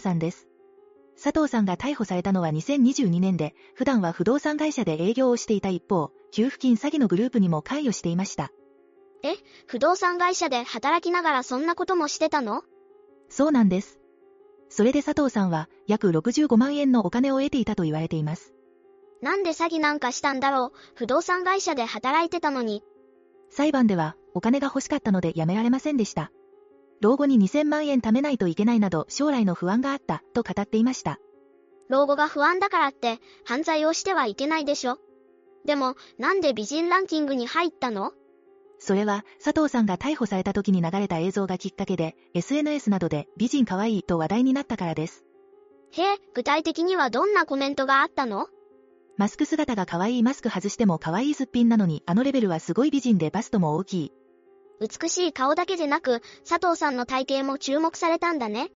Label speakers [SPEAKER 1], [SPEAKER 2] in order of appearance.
[SPEAKER 1] さんです。佐藤さんが逮捕されたのは2022年で、普段は不動産会社で営業をしていた一方、給付金詐欺のグループにも関与していました。
[SPEAKER 2] え、不動産会社で働きながらそんなこともしてたの
[SPEAKER 1] そうなんです。それで佐藤さんは約65万円のお金を得ていたと言われています。
[SPEAKER 2] なんで詐欺なんかしたんだろう、不動産会社で働いてたのに。
[SPEAKER 1] 裁判では、お金が欲しかったのでやめられませんでした。老後に2000万円貯めないといけないなど将来の不安があった、と語っていました。
[SPEAKER 2] 老後が不安だからって、犯罪をしてはいけないでしょ。でも、なんで美人ランキングに入ったの
[SPEAKER 1] それは、佐藤さんが逮捕された時に流れた映像がきっかけで、SNS などで美人可愛いと話題になったからです。
[SPEAKER 2] へえ、具体的にはどんなコメントがあったの
[SPEAKER 1] マスク姿が可愛いマスク外しても可愛いすっぴんなのに、あのレベルはすごい美人でバストも大きい。
[SPEAKER 2] 美しい顔だけでなく、佐藤さんの体型も注目されたんだね。